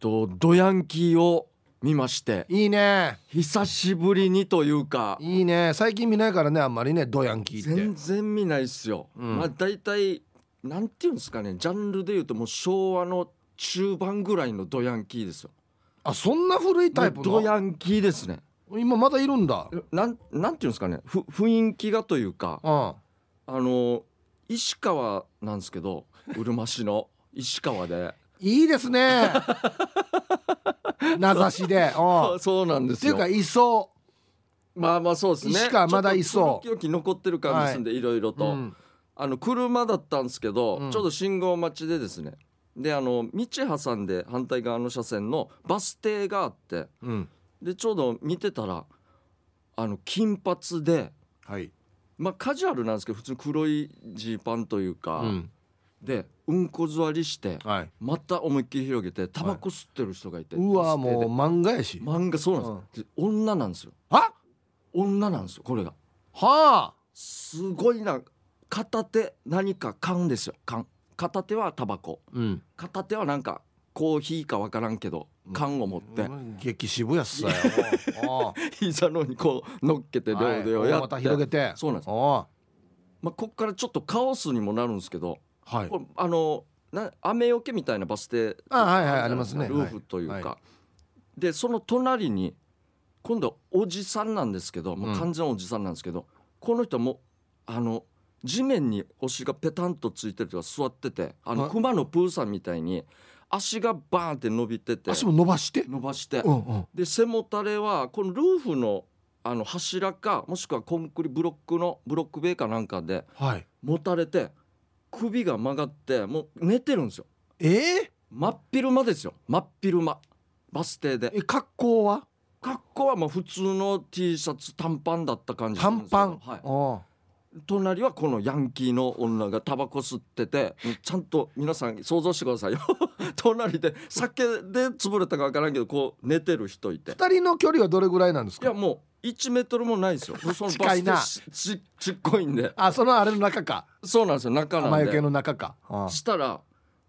とドヤンキーを見ましていいね久しぶりにというかいいね最近見ないからねあんまりねドヤンキーっ全て然見ないっすよ、うんまあ大体なんていうんですかねジャンルでいうともう昭和の中盤ぐらいのドヤンキーですよあそんな古いタイプもうドのヤンキーですね今まだいるんだなんなんていうんですかねふ雰囲気がというかうんあの石川なんですけ どうるま市の石川でいいですね 名指しでうんあそうなんでっすていようかいそまあまあそうですね石川まだいそうちょっと古き良き残ってる感じですんで、い、ろいろう、と、うん、あの車だったんですけど、うんちょっと信号待ちでですねであの道挟んで反対側の車線のバス停があってうん、でちょうど見てたらあの金髪ではい、まあカジュアルなんですけど普通に黒いジーパンといううか、ん、でうんこ座りしてはいまた思いっきり広げてタバコ吸ってる人がいて、うわバス停もうで漫画やし、漫画そうなんです、で女なんですよあ女なんですよこれがはあすごいな片手何か缶ですよ缶片手はタバコうん片手はなんかコーヒーか分からんけど缶を持って、激渋やっ すよおう膝の上にこう乗っけておう両はい腕をやまって、た広げてそうなんです、おうまあ、こっからちょっとカオスにもなるんですけど、はいこれあのな雨よけみたいなバス停あはいはいじゃなですかありますねルーフというか、はいはでその隣に今度おじさんなんですけどもう完全おじさんなんですけど、この人もあの地面にお尻がペタンとついてるというか座っててあのはい熊のプーさんみたいに足がバーンって伸びてて足も伸ばして伸ばして、うんうんで背もたれはこのルーフのあの柱かもしくはコンクリブロックのブロック塀かなんかではい持たれて首が曲がってもう寝てるんですよえー、真っ昼間ですよ真っ昼間バス停でえ格好は格好はまあ普通の T シャツ短パンだった感じするんで短すけどパン、はおうい、隣はこのヤンキーの女がタバコ吸っててちゃんと皆さん想像してくださいよ 隣で酒で潰れたか分からんけどこう寝てる人いて二人の距離はどれぐらいなんですいやかもう1メートルもないですよ。その 近いなバス停しちちっこいんで。あそのあれの中かそうなんですよ中な眉ん毛で。の中かうんしたら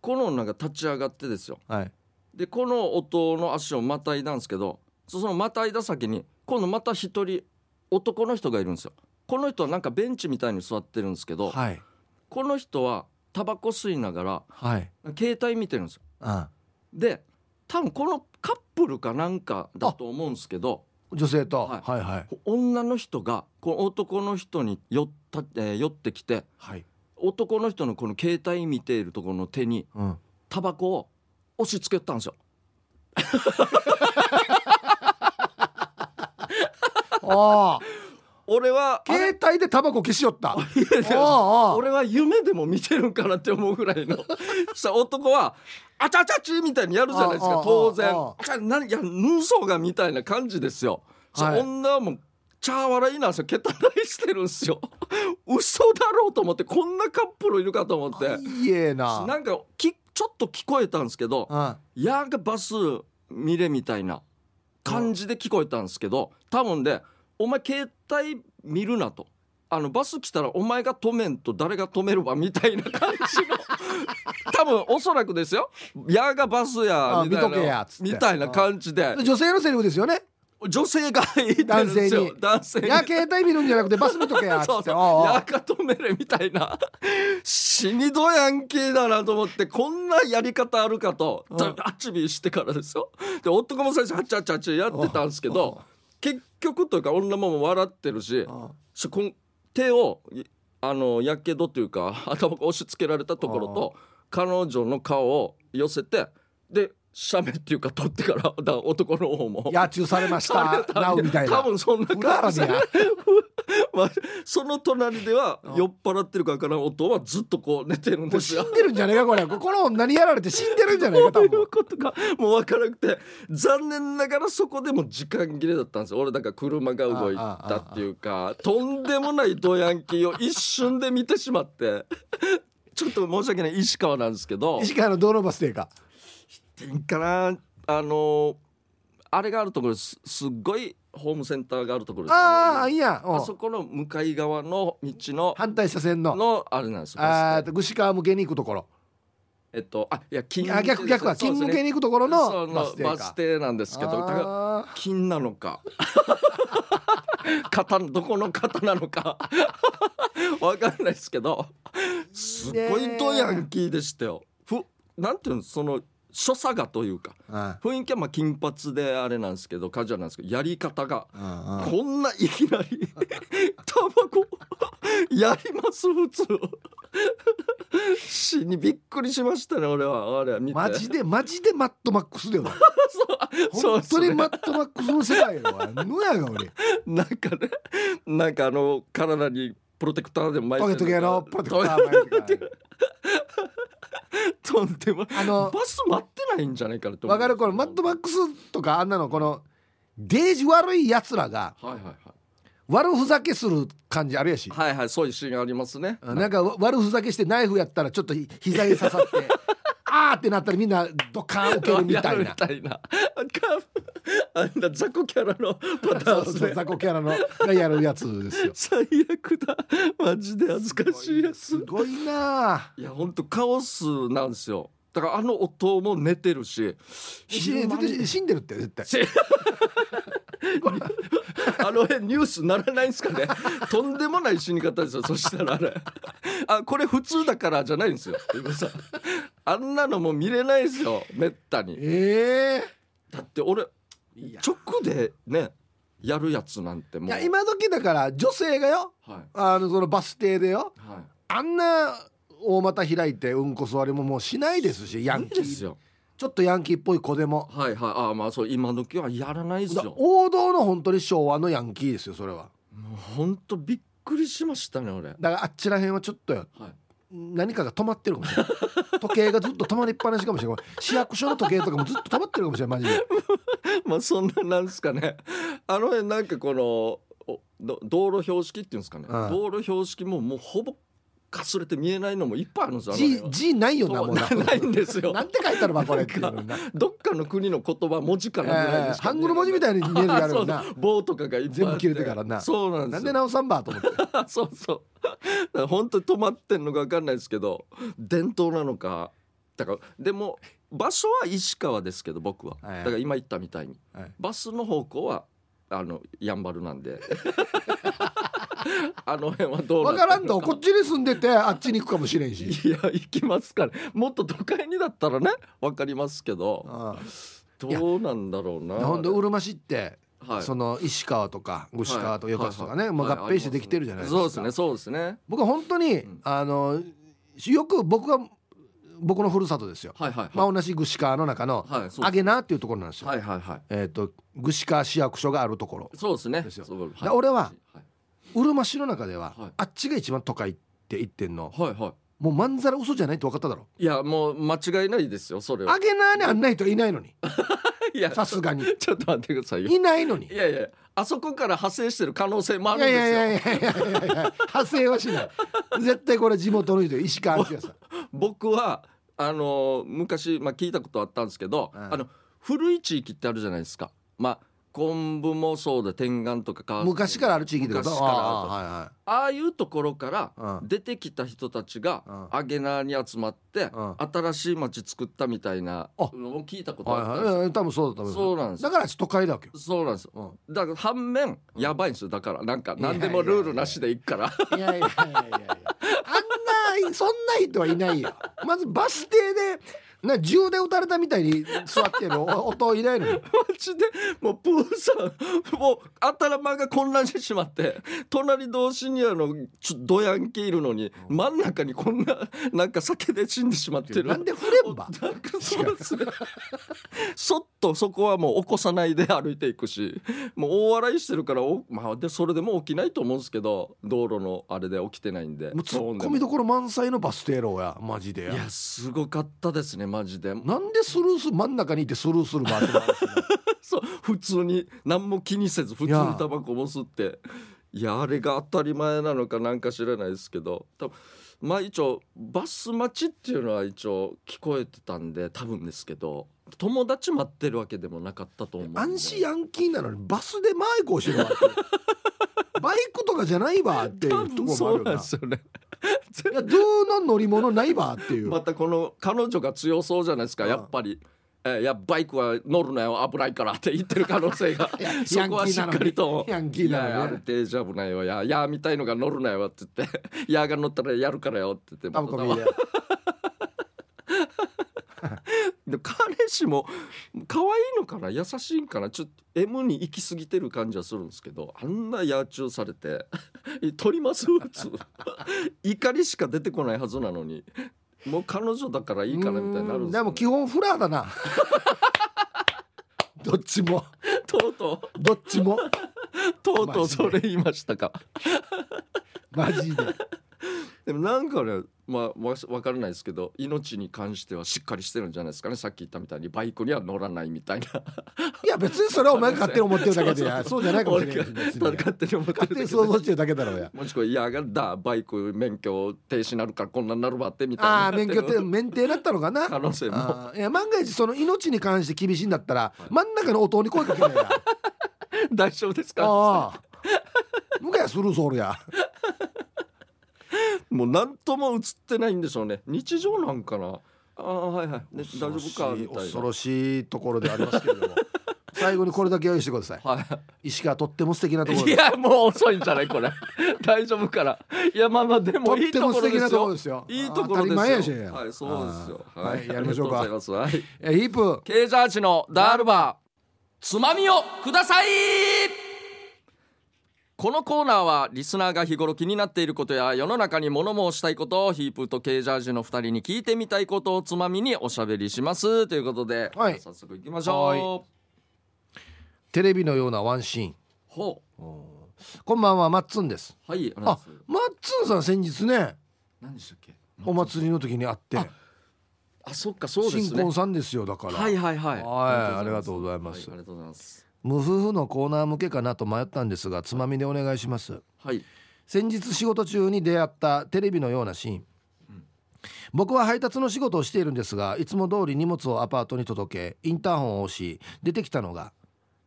この女が立ち上がってですよ。はいでこの音の足をまたいだんですけどそそのまたいだ先に今度また一人男の人がいるんですよ。この人はなんかベンチみたいに座ってるんですけど、はいこの人はタバコ吸いながはいら携帯見てるんですよ。うんで多分このカップルかなんかだと思うんですけど。女性と、はいはいはい女の人がこの男の人に寄った、えー寄ってきてはい、男の人のこの携帯見ているところの手にうん、タバコを押し付けたんですよ。ああ俺はあれ携帯でタバコ消しよった。おうおう俺は夢でも見てるんかなって思うぐらいの そしたら男は「あちゃちゃち」みたいにやるじゃないですああかあ当然あ「ああちゃ何やぬそが」みたいな感じですよ。そはい女はもうチャー笑いなんですよ蹴たらいしてるんですよ 嘘だろうと思ってこんなカップルいるかと思っていいえな。なんかきちょっと聞こえたんですけどうんやがバス見れみたいな感じで聞こえたんですけど多分で「お前携帯見るな」と。あのバス来たらお前が止めんと誰が止めるわみたいな感じ の多分おそらくですよ「やがバスや」あみたいな見とけやつってみたいな感じでで女性のセリフですよね。女性が言ってるんですよ男性いにや携帯見るんじゃなくてバス見とけやっつって。そうそうおうおうやか止めれみたいな死にどやんけだなと思ってこんなやり方あるかとうんあっちびしてからですよで男も最初ハチャハチャハチャやってたんですけど結局というか女ももう笑ってるしうんそこん手をいあのやけどというか 頭を押し付けられたところと彼女の顔を寄せてで写メっていうか取ってからだ男の方も。や中されましさたれ。たなおみたいな。多分そんな裏感腹じででや。まあ、その隣では酔っ払ってるからから音はずっとこう寝てるんもでうす死よ。んでるんじゃねえかこれ。この女にやられて死んでるんじゃねえかどう多いう分。ことかもう分からなくて残念ながらそこでも時間切れだったんですよ俺だから車が動いたっていうかとんでもないドヤンキーを一瞬で見てしまってちょっと申し訳ない石川なんですけど石川の道路バス停か。いいかなあのあれがあるところですすっごいホームセンターがあるところですああいいや。うんあそこの向かい側の道の反対車線の。のあれなんですよ。あバあス停ぐし川向けに行くところ。えっとあいや金あ逆逆は勤務系にに行くところののバス停バスか停なんですけどだからあー金なのか 型どこの型なのか わかんないですけどすごいドヤンキーでしたよ。ふなんていうのその所作がというかうん雰囲気はまあ金髪であれなんですけどカジュアルなんですけどやり方がうんうんこんないきなり タバコ やります普通死にびっくりしましたね俺はあれは見てマジでマジでマットマックスだよな そう 本そ当れにマットマックスの世界よのやが俺なんかねなんかあの体にプロテクターでも巻いトてゲるトゲのプロテクター巻いてるかとんでもらあの バス待ってないんじゃないかなと思うわかるこのマットマックスとかあんなのこのデージ悪いやつらがはいはいはい悪ふざけする感じあるやしはいはいそういうシーンありますねなんかわ悪ふざけしてナイフやったらちょっとひ膝に刺さって あーってなったらみんなドカーン受けるみたい やるなみたいなあんな雑魚キャラのパタそーンうですそうね雑魚キャラのがやるやつですよ最悪だマジで恥ずかしいやつすごいなあいやほんとカオスなんですよだからあの音も寝てるしし絶対死んでるって絶対しあの辺ニュースならないんですかねとんでもない死に方ですよそしたらあれあこれ普通だからじゃないんですよゆうこさんあんなのもう見れないですよめったにえだって俺えいや直でねやるやつなんてもういや今時だから女性がよはいあのそのバス停でよはあんな大股開いてうんこ座りももうしないですしヤいいンいキですーよちょっとヤンキーっぽい子でもはいはいあまあそう今時はやらないですだよも王道の本当に昭和のヤンキーですよそれはうほんとびっくりしましたね俺はだからあっちらへんはちょっとよい何かが止まってるかもしれない時計がずっと止まりっぱなしかもしれない市役所の時計とかもずっと止まってるかもしれないマジで まあそんななんですかね あの辺なんかこのおど道路標識っていうんですかね、うん道路標識ももうほぼかすれて見えないのもいっぱいあるんですよあの G, 辺は G ないよなそうもう ななないんですよなんて書いてあるばこれっていうのになどっかの国の言葉文字かなぐらいえでーしかハン見えグルない文字みたいに見えるやろうあ なそう棒とかがいっぱいあって全部切れてからなそうなんでなんすでよ直さんばと思って そうそうだから本当に止まってんのか分かんないですけど伝統なのかだからでも場所は石川ですけど僕は、はいだから今言ったみたいに、はいバスの方向はあのやんばるなん であの辺はどうな分ってからんとこっちに住んでてあっちに行くかもしれんしいや行きますからもっと都会にだったらね分かりますけどあやどうなんだろうなあほんでうるま市ってはいその石川とか牛川と横須とかねはいもうはい合併してできてるじゃないですかそうですねそうですね僕は本当にんあのよく僕は僕のふるさとですよはいはいまはあ同じ串川の中のいはいそう揚でげなっていうところなんですすよはいはいはいえっと串川市役所があるところそうですね。ですよそうはいだ俺は、はい、うるま市の中でははいあっちが一番都会って言ってんのはい、はもうまんざら嘘じゃないって分かっただろい。いや、もう間違いないですよ、それは揚。げなにあんな人いないのにいや、さすがに ちょっと待ってくださいよ。いないのにいやいや、あそこから派生してる可能性もあいるんやでいすよ。やいやいやいやいやいや派生はしない絶対これ地元の人石川明さん僕は、あのー昔、まあ、聞いたことあったんですけど、うんあの、古い地域ってあるじゃないですか。まあ、昆布もそうで、天眼とか川昔からある地域でこと昔からあるとあああいうところからあはいはい出てきた人たちがうアゲナーに集まってうん新しい町作ったみたいなのを聞いたことあったんですはよいはいいや多分そうだと思いますそうなんですよだから都会だわけよそうなんですよ、だから反面やばいんですよだからなんかいやいや何でもルールなしでいくか らいやいやいやいやあんなそんな人はいないよまずバス停でな銃で撃たれたみたいに座ってるお音いないのにマジでもうプーさんもう頭が混乱してしまって隣同士にあのちょドヤンキいるのに真ん中にこんななんか酒で死んでしまってるなんで触れんばなんかそうですねそっとそこはもう起こさないで歩いていくしもう大笑いしてるからお、まあ、でそれでも起きないと思うんですけど道路のあれで起きてないんでもうツッコミどころ満載のバス停ろうやマジでいやすごかったですねマジでなんでスルーする真ん中にいてスルーする場合もあるしな そう普通に何も気にせず普通にタバコも吸っていやあれが当たり前なのかなんか知らないですけど多分まあ一応バス待ちっていうのは一応聞こえてたんで多分ですけど友達待ってるわけでもなかったと思うんで安心ヤンキーなのにバスでマイクをしてるわけバイクとかじゃないわっていうとこそうろもなんあるよですよねないやどうの乗り物ないわっていう、またこの彼女が強そうじゃないですかうんやっぱり、えーいやバイクは乗るなよ危ないからって言ってる可能性がいやヤンキそこはしーっなのかりとにヤンキいーやいやなあるのに程度じゃ危ないよいやいやみたいのが乗るなよって言って 「いやが乗ったらやるからよ」って言ってタバコ見またでで彼氏も可愛いのかな優しいんかなちょっと M に行き過ぎてる感じはするんですけどあんな野中されて 「取ります?」普通 怒りしか出てこないはずなのにもう彼女だからいいかなみたいになるうんですんでよねも基本フラーだな どっちも とうとどっちもうとうとうそれ言いましたかマジででもなんかねまあわわからないですけど命に関してはしっかりしてるんじゃないですかねさっき言ったみたいにバイクには乗らないみたいないや別にそれはお前が勝手に思ってるだけでやそうじゃ ないかもしれない俺が別に勝手に思ってるだ勝け手でに想像してるだけ だろうやもしくは「いやがだバイク免許停止になるからこんなんなるわって」みたいなああー免許って免停だったのかな可能性もあーいや万が一その命に関して厳しいんだったら、い真ん中の弟に声かけ ないや大丈夫ですかああ向かいはするぞ俺やもう何とも映ってないんでしょうね日常なんかなああはいはい、ね、大丈夫かみたい恐なろしいところではありますけ れども最後にこれだけ用意してくださいはい石川とっても素敵なところいですやもう遅いんじゃないこれ 大丈夫からいやまあまあでともいっいてともこ素ろ敵でなすところよですよいいところ当たでり前やしすよやはいそうですよあーはいやりましょうかありがとございますはいえヒープケージャージのダールバーつまみをくださいこのコーナーはリスナーが日頃気になっていることや世の中に物申したいことをヒープーとケージャージの2人に聞いてみたいことをつまみにおしゃべりしますということで、はい早速いきましょテレビのようなワンシーンうほこんばんはマッツンですうはいありがあとうございますマッツンさん先日ね何でしたっけお祭りの時に会ってああそっかそうです新ね婚さんですよだから、はいはいはいはいありがとうございますはいありがとうございます無夫婦のコーナー向けかなと迷ったんですがつまみでお願いしますはい先日仕事中に出会ったテレビのようなシーン、僕は配達の仕事をしているんですがいつも通り荷物をアパートに届けインターホンを押し出てきたのが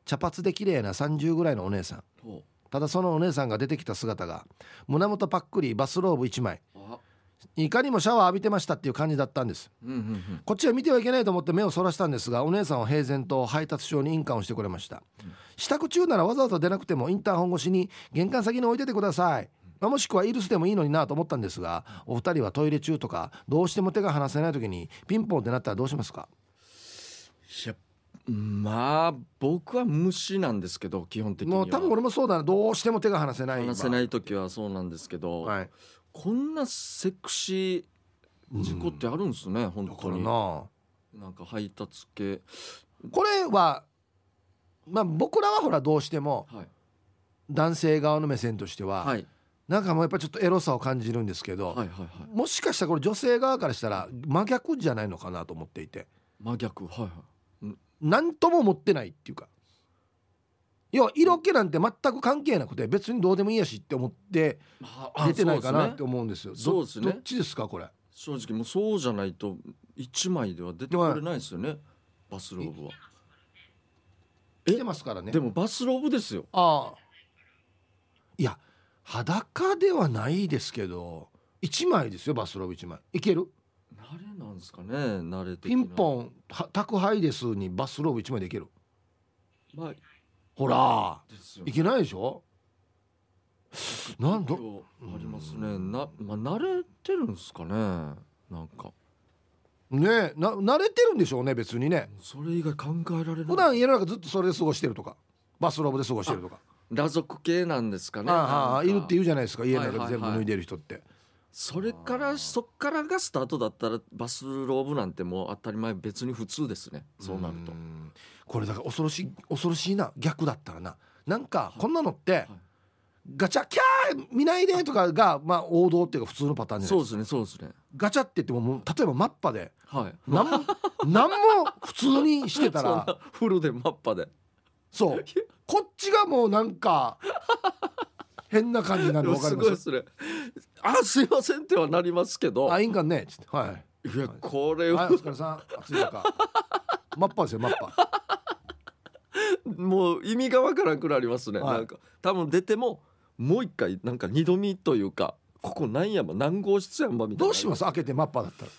茶髪で綺麗な30ぐらいのお姉さんほただそのお姉さんが出てきた姿が胸元パックリバスローブ1枚うあいかにもシャワー浴びてましたっていう感じだったんですうんうんうんこっちは見てはいけないと思って目をそらしたんですがお姉さんは平然と配達証に印鑑をしてくれました、支度中ならわざわざ出なくてもインターホン越しに玄関先に置いててください、まあもしくはイルスでもいいのになと思ったんですがお二人はトイレ中とかどうしても手が離せない時にピンポンってなったらどうしますかいやまあ僕は無視なんですけど基本的にはもう多分俺もそうだなどうしても手が離せない話せない時はそうなんですけど、はい、こんなセクシー事故ってあるんですね、だ本か当らにななんか配達系これはまあ僕らはほらどうしてもはい男性側の目線としては、はいなんかもうやっぱちょっとエロさを感じるんですけど、はいはいはいもしかしたらこれ女性側からしたら真逆じゃないのかなと思っていて真逆はいはい何とも持ってないっていうか要は色気なんて全く関係なくて別にどうでもいいやしって思ってああ出てないかなそうでってすね思うんですよ。どそうですねどっちですかこれ。正直もうそうじゃないと一枚では出てこれないですよね、バスローブはえ来てますからね。でもバスローブですよああいや裸ではないですけど1枚ですよバスローブ1枚いける慣れなんですかね慣れてピンンポンは宅配ですにバスローブ1枚でいけるまあほらですよいねけないでしょなんだ今日ありますねなまあ慣れてるんですかねなんかねえな慣れてるんでしょうね別にねそれ以外考えられない普段家の中ずっとそれで過ごしてるとかバスローブで過ごしてるとか裸族系なんですかねああああいるって言ううじゃないですか家の中はいではい全はい部脱いでる人って、それからそっからがスタートだったらバスローブなんてもう当たり前別に普通ですねそうなるとんこれだから恐ろしい恐ろしいな逆だったらななんかこんなのって、いガチャキャー見ないでとかがまあ王道っていうか普通のパターンじゃなそいうですかですねそうですねガチャって言ってももう例えばマッパではい なんもなんも普通にしてたそんらなフルでマッパでそうこっちがもうなんか変な感じになでるもの分かすりまごいですすねあすいませんってはなりますけどあ印鑑ねっつってはいいやこれはい、はお疲れさん。暑い中。マッパですよ、マッパ。もう意味がわからんくなりますね、はいなんか多分出てももう一回なんか二度見というかここ何やば何号室やんばみたいなどうします開けてマッパーだったら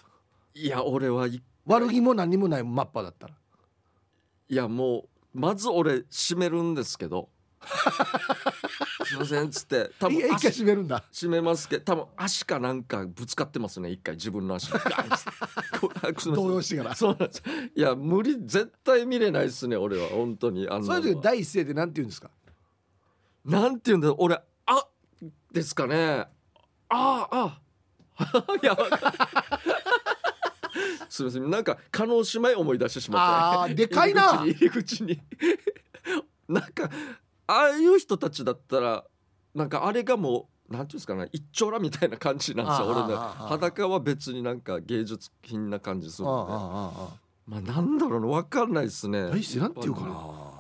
いや俺はい悪気も何にもないマッパーだったらいやもうまず俺閉めるんですけ どすいませんっつって多いや分一回足閉めるんだ閉めますけど多分足かなんかぶつかってますね一回自分の 足にガンっつってこうあすいません動揺してからそうなんですいや無理絶対見れないですね俺は本当にあんそなうのいう時は第一声でなんて言うんですかなんて言うんだろう俺あですかねああ あい やわかんないすみませんなんか加納姉妹思い出してしまったあーでかいな入り口に入り口に なんかああいう人たちだったらなんかあれがもうなんていうんですかね一丁羅みたいな感じなんですよあー俺のあーあー裸は別になんか芸術品な感じすあるんあであああまあなんだろうなわかんないですねあ第一声なんて言うかな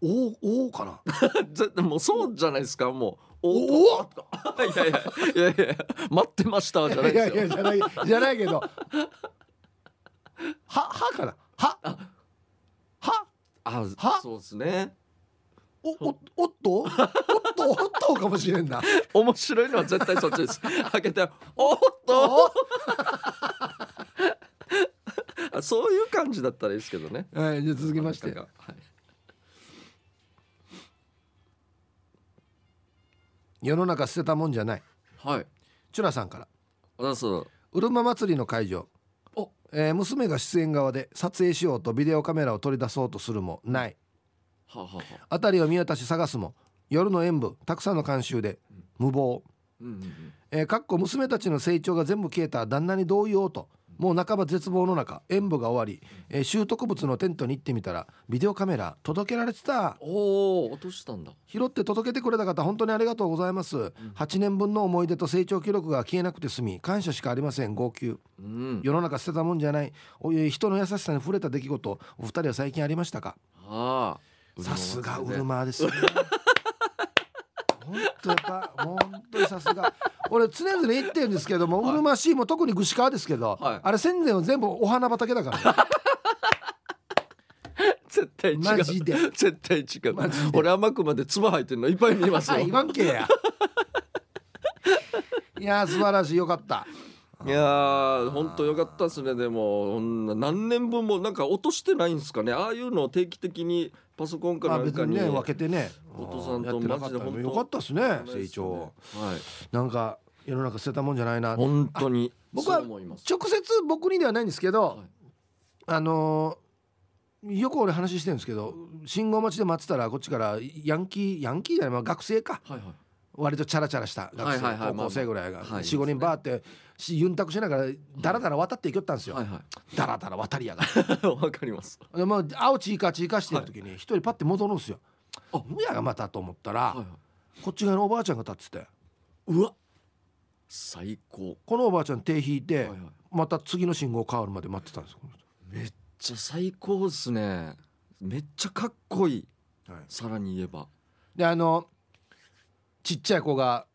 おおかな絶対もうそうじゃないですかもうおおいやいやいやいや待ってましたじゃないいでやすいよやじゃないじゃないけどははかなははあはそうですねおおおっ とおっとおっとかもしれんな面白いのは絶対そっち です開けておっとおあそういう感じだったらいいですけどねはいじゃあ続きましてなんかはい世の中捨てたもんじゃないはいチュラさんからあそううるま祭りの会場おえー娘が出演側で撮影しようとビデオカメラを取り出そうとするもないはあ、はあはあ、辺りを見渡し探すも夜の演舞たくさんの観衆で無謀うんうんうんえー、かっこ娘たちの成長が全部消えた旦那に同意をともう半ば絶望の中演舞が終わり、えー拾得物のテントに行ってみたらビデオカメラ届けられてたおお落としたんだ拾って届けてくれた方本当にありがとうございます、8年分の思い出と成長記録が消えなくて済み感謝しかありません号泣うん世の中捨てたもんじゃないおえー人の優しさに触れた出来事お二人は最近ありましたかああさすがウうるルまマーですね。本当やっぱもう本当にさすが俺常々言ってるんですけども、うるま市も特に串川ですけど、はいあれ戦前は全部お花畑 だから、絶対違うマジで絶対違うマジで俺甘くまで唾吐いてるのいっぱい見えますよはい、言わんけやいやー素晴らしいよかったいやー本当よかったですねでもこんな何年分もなんか落としてないんですかねああいうのを定期的にパソコンかまなあん別かににね分けてねお父さんとやってなかったマジで本当よかったですね成長はいなんか世の中捨てたもんじゃないな本当に僕はそう思います直接僕にではないんですけど、はいあのーよく俺話してるんですけど信号待ちで待ってたらこっちからヤンキーヤンキーじゃない、まあ、学生かはいはい割とチャラチャラした学生、はいはいはい高校生ぐらいまがあまあはい45、人バーってしユンタクしながらダラダラ渡っていきよったんですよ、はい はダラダラ渡りやが いわかりますでもう青チーカーチーカーしてる時に一人パッて戻るんですよ、あ無やがまたと思ったら、はいはいこっち側のおばあちゃんが立っててうわ最高このおばあちゃん手引いて、はいはいまた次の信号変わるまで待ってたんですよこのめっちゃ最高ですねめっちゃかっこいい人はいさらに言えばであのちっちゃい子が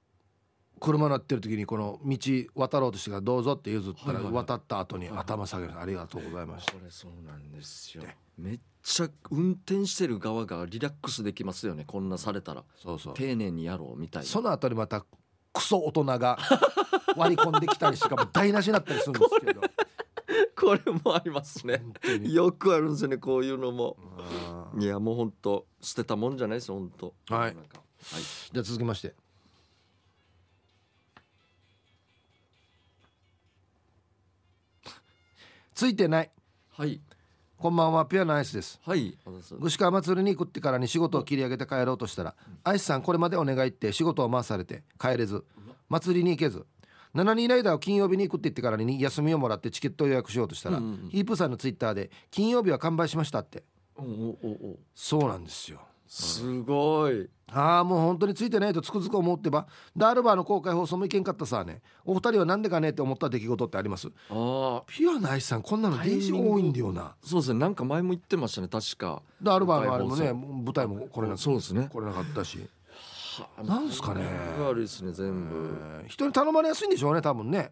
車乗ってる時にこの道渡ろうとしてから「どうぞ」って譲ったはらいはいはい渡った後にはいはい頭下げる「ありがとうございましたこれそうなんですよめっちゃ運転してる側がリラックスできますよねこんなされたら」そうそう丁寧にやろうみたいなその後にまたクソ大人が割り込んできたりしてからもう台無しになったりするんですけどこれもありますね本当 によくあるんですよねこういうのもあーいやもう本当捨てたもんじゃないですよ本当はいなんかじゃあ続きましてついてないはいこんばんはピアノアイスですはい和田さん具志川祭りに行くってからに仕事を切り上げて帰ろうとしたら「アイスさんこれまでお願い」って仕事を回されて帰れず祭りに行けず7人ライダーを金曜日に行くって言ってからに休みをもらってチケットを予約しようとしたら、うんうんうんヒープさんのツイッターで「金曜日は完売しました」っておおおおそうなんですよすごいああもう本当についてないとつくづく思ってばダールバーの公開放送も行けんかったさねお二人は何でかねって思った出来事ってありますああピュアなアイスさんこんなの電子多いんだよなそうですねなんか前も言ってましたね確かダールバーのあれもね公開舞台もこれなそうですねこれなかったしななんすかね悪いですね全部えー人に頼まれやすいんでしょうね多分ね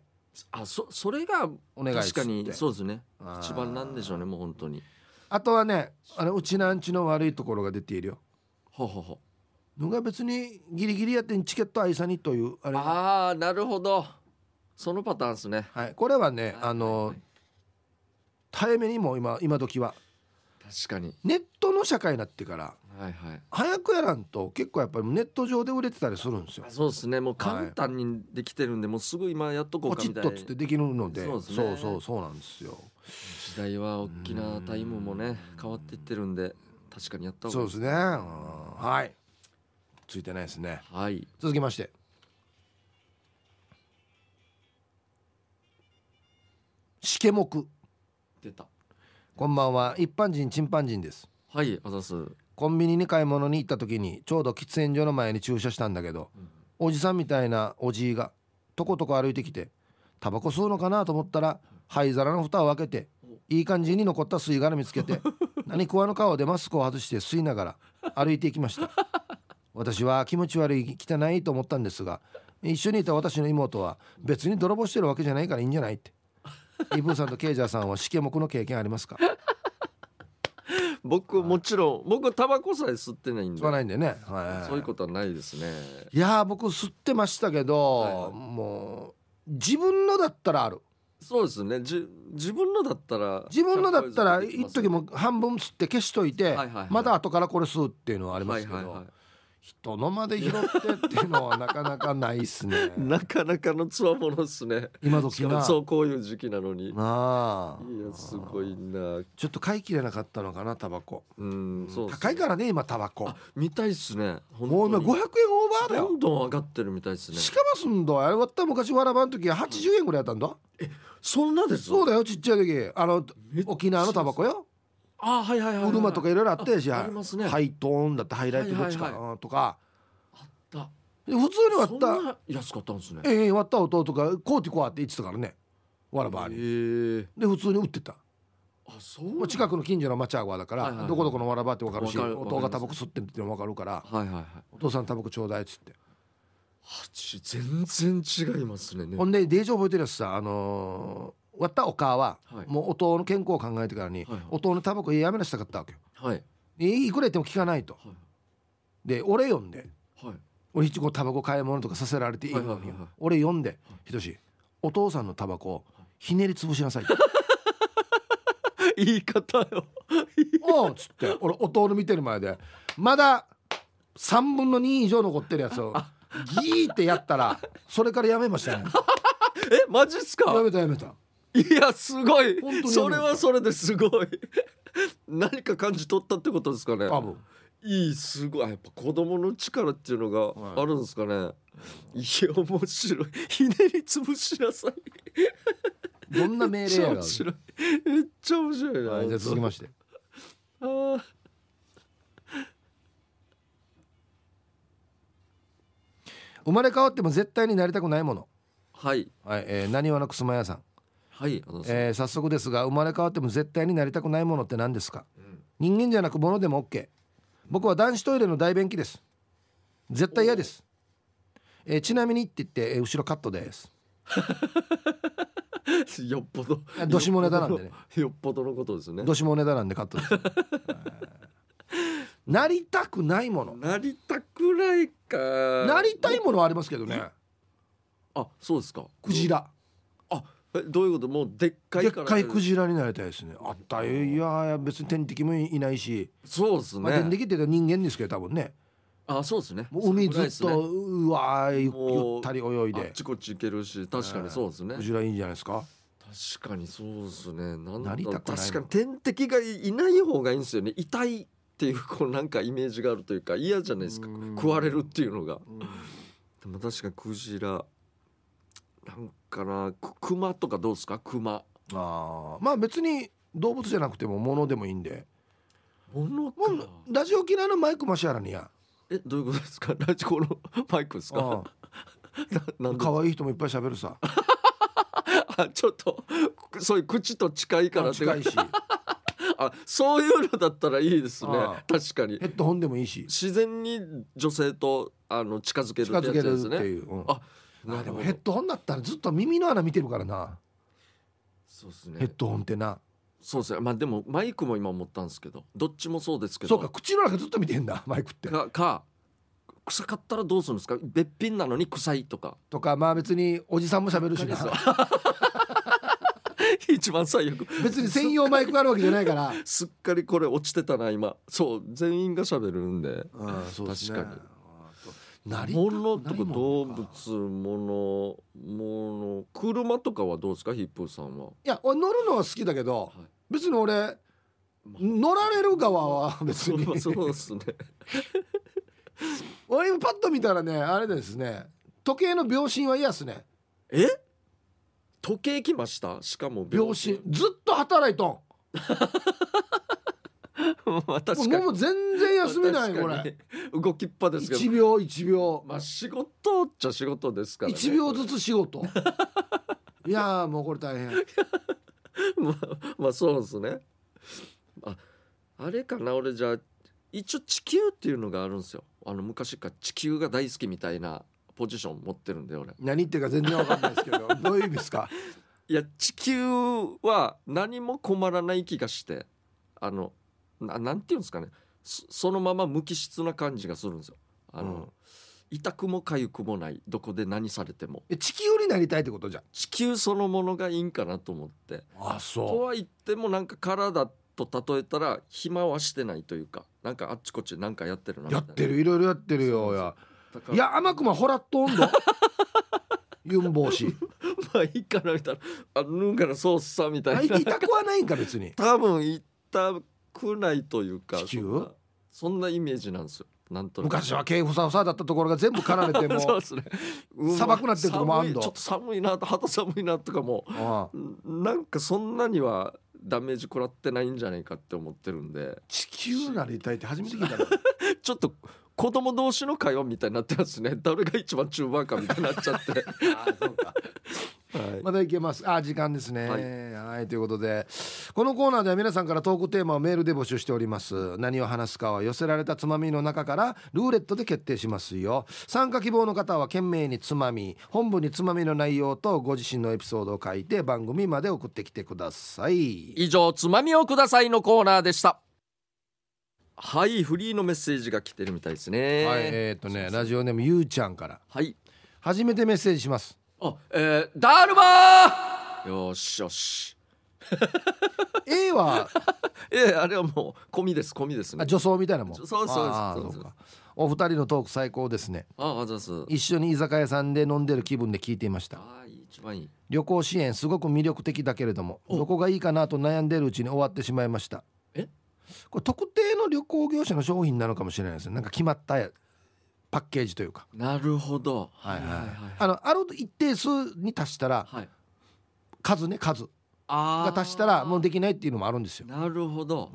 あそそれがお願いっつ確ってかにそうですねあー一番なんでしょうねもう本当にあとはねあのうちなんちの悪いところが出ているよほうほうほのが別にギリギリやってんチケット愛さにというあれああなるほどそのパターンですねはい、これはね、あはいのはい早めにもう今今時ははい確かにネットの社会になってからはいはい早くやらんと結構やっぱりネット上で売れてたりするんですよあ。そうですねもう簡単にできてるんで、もうすぐ今やっとこうポかチみたッいとなっつってできるのでそうですねそうそうそうなんですよ時代は大きなタイムもね変わっていってるんで確かにやった方そうがですねうんはいついてないですねはい続きましてしけもく出たこんばんは一般人チンパンジンですはいあざす、コンビニに買い物に行った時にちょうど喫煙所の前に駐車したんだけどおじさんみたいなおじいがとことこ歩いてきてタバコ吸うのかなと思ったら灰皿の蓋を開けていい感じに残った吸い殻見つけて何食わぬ顔でマスクを外して吸いながら歩いていきました私は気持ち悪い汚いと思ったんですが一緒にいた私の妹は別に泥棒してるわけじゃないからいいんじゃないってイブーさんとケイジャーさんはしけもくの経験ありますか僕もちろん僕タバコさえ吸ってないんで吸わないんでね、はそういうことはないですねいやー僕吸ってましたけど、はいはいもう自分のだったらあるそうですねじ自分のだったら自分のだったら100%一時も半分吸って消しといて、いはいはいまた後からこれ吸うっていうのはありまはすいけど、はいは人の間で拾ってっていうのはなかなかないっす ねいなかなかのつわものっすね今し時かも なそうこういう時期なのにいなあやすごいなちょっと買い切れなかったのかなタバコうんそうっすね高いからね今タバコ見たいっすね本もう今当500円にオーバーだどよんどん上がってるみたいですねしかもすんどあれ割った昔わらばん時80円ぐらいやったんだ、そんなですそうだよちっちゃい時あのめっちゃ沖縄のタバコよあはいはいはいはいウルマとかいろいろあったやしあありますねハイトーンだってハイライトどっちはいはいかとかあったで普通に割そんったな安かったんですねええ割った弟がコーティコアって言ってたからねわらばにへえで普通に売ってたあそうもう近くの近所の町アゴアだかはいはいはらいどこどこのわらばって分かるしわかるわかります弟がタバコ吸ってるっての分かるかはらいはいはいお父さんタバコちょうだいっつって八全然違いますねねほんでデージ覚えてるやつさあのー割ったお母ははいもう弟の健康を考えてからにはいはい弟のタバコやめなしたかったわけよはいいいくら言っても効かないとはで俺読んでいはい俺一応タバコ買い物とかさせられていいのに、はいはいはいはい俺読んで「ひとしお父さんのタバコをひねり潰しなさい」言い方よおう」っつって俺弟の見てる前でまだ3分の2以上残ってるやつをギーってやったらそれからやめ ましたねえマジっすやかめたやめたいやすごい本当にやめたそれはそれですごい 何か感じ取ったってことですかね多分いいすごいやっぱ子供の力っていうのがあるんですかね、い、や面白いひねり潰しなさいどんなめっ命令ちゃや面 ら白いめっちゃ面白いな、はいじゃあ続きましてあー生まれ変わっても絶対になりたくないものはいはいえーなにわのくすま屋さんはいあの、えー早速ですが生まれ変わっても絶対になりたくないものって何ですか、ん人間じゃなく物でも OK 僕は男子トイレの大便器です絶対嫌です、えーちなみにって言って、えー後ろカットです よっぽどあどしもネタなんでね よっぽどのことですねどしもネタなんでカッ トですはいなりたくないものなりたくないかなりたいものはありますけどねあそうですかクジラあえどういうこともうでっかでいっからかいクジラになりたいですねあったよいやいや別に天敵もいないし、そうですね、まあ、天敵っていうか人間ですけど多分ねあそうですねもう海少ずないっすねとうわーゆもうゆったり泳いあっでちこっち行けるし確かにそうですねクジラいいんじゃないですか確かにそうですねなんだなりたくない確かに天敵がいない方がいいんですよね痛いっていうこうなんかイメージがあるというか嫌じゃないですかうん食われるっていうのがでも確かにクジラなんかなくクマとかどうですかクマあーまあ別に動物じゃなくても物でもいいんでものもうラジオ沖縄のマイクマシャラにやえどういうことですかラジコのマイクですか ななんで可愛い人もいっぱい喋るさ あちょっとくそういう口と近いからって近いしあそういうのだったらいいですねあ確かにヘッドホンでもいいし自然に女性とあの近づける近ってやづけつでるすってねいう、うんああでもなるほどヘッドホンだったらずっと耳の穴見てるからなそうですヘねッドホンってなそうですねまあでもマイクも今持ったんですけどどっちもそうですけそどうか口の中ずっと見てんだマイクってかか臭かったらどうするんですかべっぴんなのに臭いとかとかまあ別におじさんも喋るしな 一番最悪別に専用マイクがあるわけじゃない からすっかりこれ落ちてたな今そう全員が喋るんでああそうですね確かにになりたくない物とか動もん物か物物車とかはどうですかヒップーさん は、いや俺乗るのは好きだけど、い別に俺乗られる側は別にそうそうですね俺今パッと見たらねあれですね時計の秒針は嫌ですねえ時計来ましたしかも秒針ずっと働いとん もまあう確かにもう全然休みないよこ確かれに動きっぱですけ1ど秒1秒まあ仕事っちゃ仕事ですから、ね、 1秒ずつ仕事いやーもうこれ大変 まあ、まあそうですねああれかな俺じゃあ一応地球っていうのがあるんですよあの昔から地球が大好きみたいなポジション持ってるんで俺何言ってるか全然わかんないです けどどういう意味ですかいや地球は何も困らない気がしてあのななんていうんですかねそそのまま無機質な感じがするんですよあの、うん痛くも痒くもないどこで何されてもえ地球になりたいってことじゃん地球そのものがいいんかなと思ってあとそは言ってもなんか体と例えたら暇はしてないというかなんかあっちこっちなんかやってるなみたやいっなてるいろいろやってるそようやだからいや甘くもほらっと温 度ユンボウ氏まあいいかなみたいなあ脱ぐからそうっすさみたあいいな痛くはないんか別 に多分行ったくないというか地球そんなそんなイメージなんですよなんとなく昔は毛ふさふさだったところが全部刈られて もそうですねうん砂漠なってるとこもあん寒のいちょっと寒いなと肌寒いなとかもうんうんなんかそんなにはダメージ食らってないんじゃないかって思ってるんで地球なりたいって初めて聞いたのちょっと子供同士の会話みたいになってますね 誰が一番中盤かみたいになっちゃ って、はいまだいけますあ時間ですねは、はいということでこのコーナーでは皆さんからトークテーマをメールで募集しております何を話すかは寄せられたつまみの中からルーレットで決定しますよ参加希望の方は懸命につまみ本部につまみの内容とご自身のエピソードを書いて番組まで送ってきてください以上「つまみをください」のコーナーでしたはいフリーのメッセージが来てるみたいですねはいえーっとねラジオネームゆうちゃんからはい初めてメッセージしますあえー、ダルマーよしよし A はえー、あれはもう込みです込みですねあ女装みたいなもん そうそうそうあーそうそうかお二人のトーク最高ですねああざっす一緒に居酒屋さんで飲んでる気分で聞いていましたあー一番いい旅行支援すごく魅力的だけれどもどこがいいかなと悩んでるうちに終わってしまいましたえこれ特定の旅行業者の商品なのかもしれないですねなんか決まったやパッケージというかなるほどはいはいはあのある一定数に達したらい、はい、数ね数あがー達したらもうできないっていうのもあるんですよなるほど、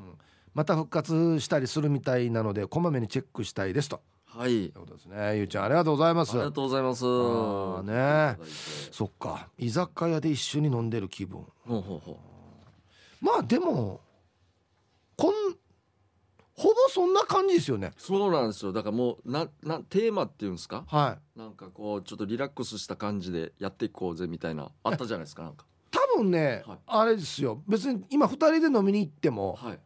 また復活したりするみたいなのでこまめにチェックしたいですとはいということですねゆうちゃんありがとうございまあすりがとうございますーねそっか居酒屋で一緒に飲んでる気分ほうほうほまあでもこんほぼそんな感じですよねうそうなんですよだからもうななテーマっていうんですかはいなんかこうちょっとリラックスした感じでやっていこうぜみたいなあったじゃないですかなんか多分ね、はいあれですよ別に今2人で飲みに行ってもはい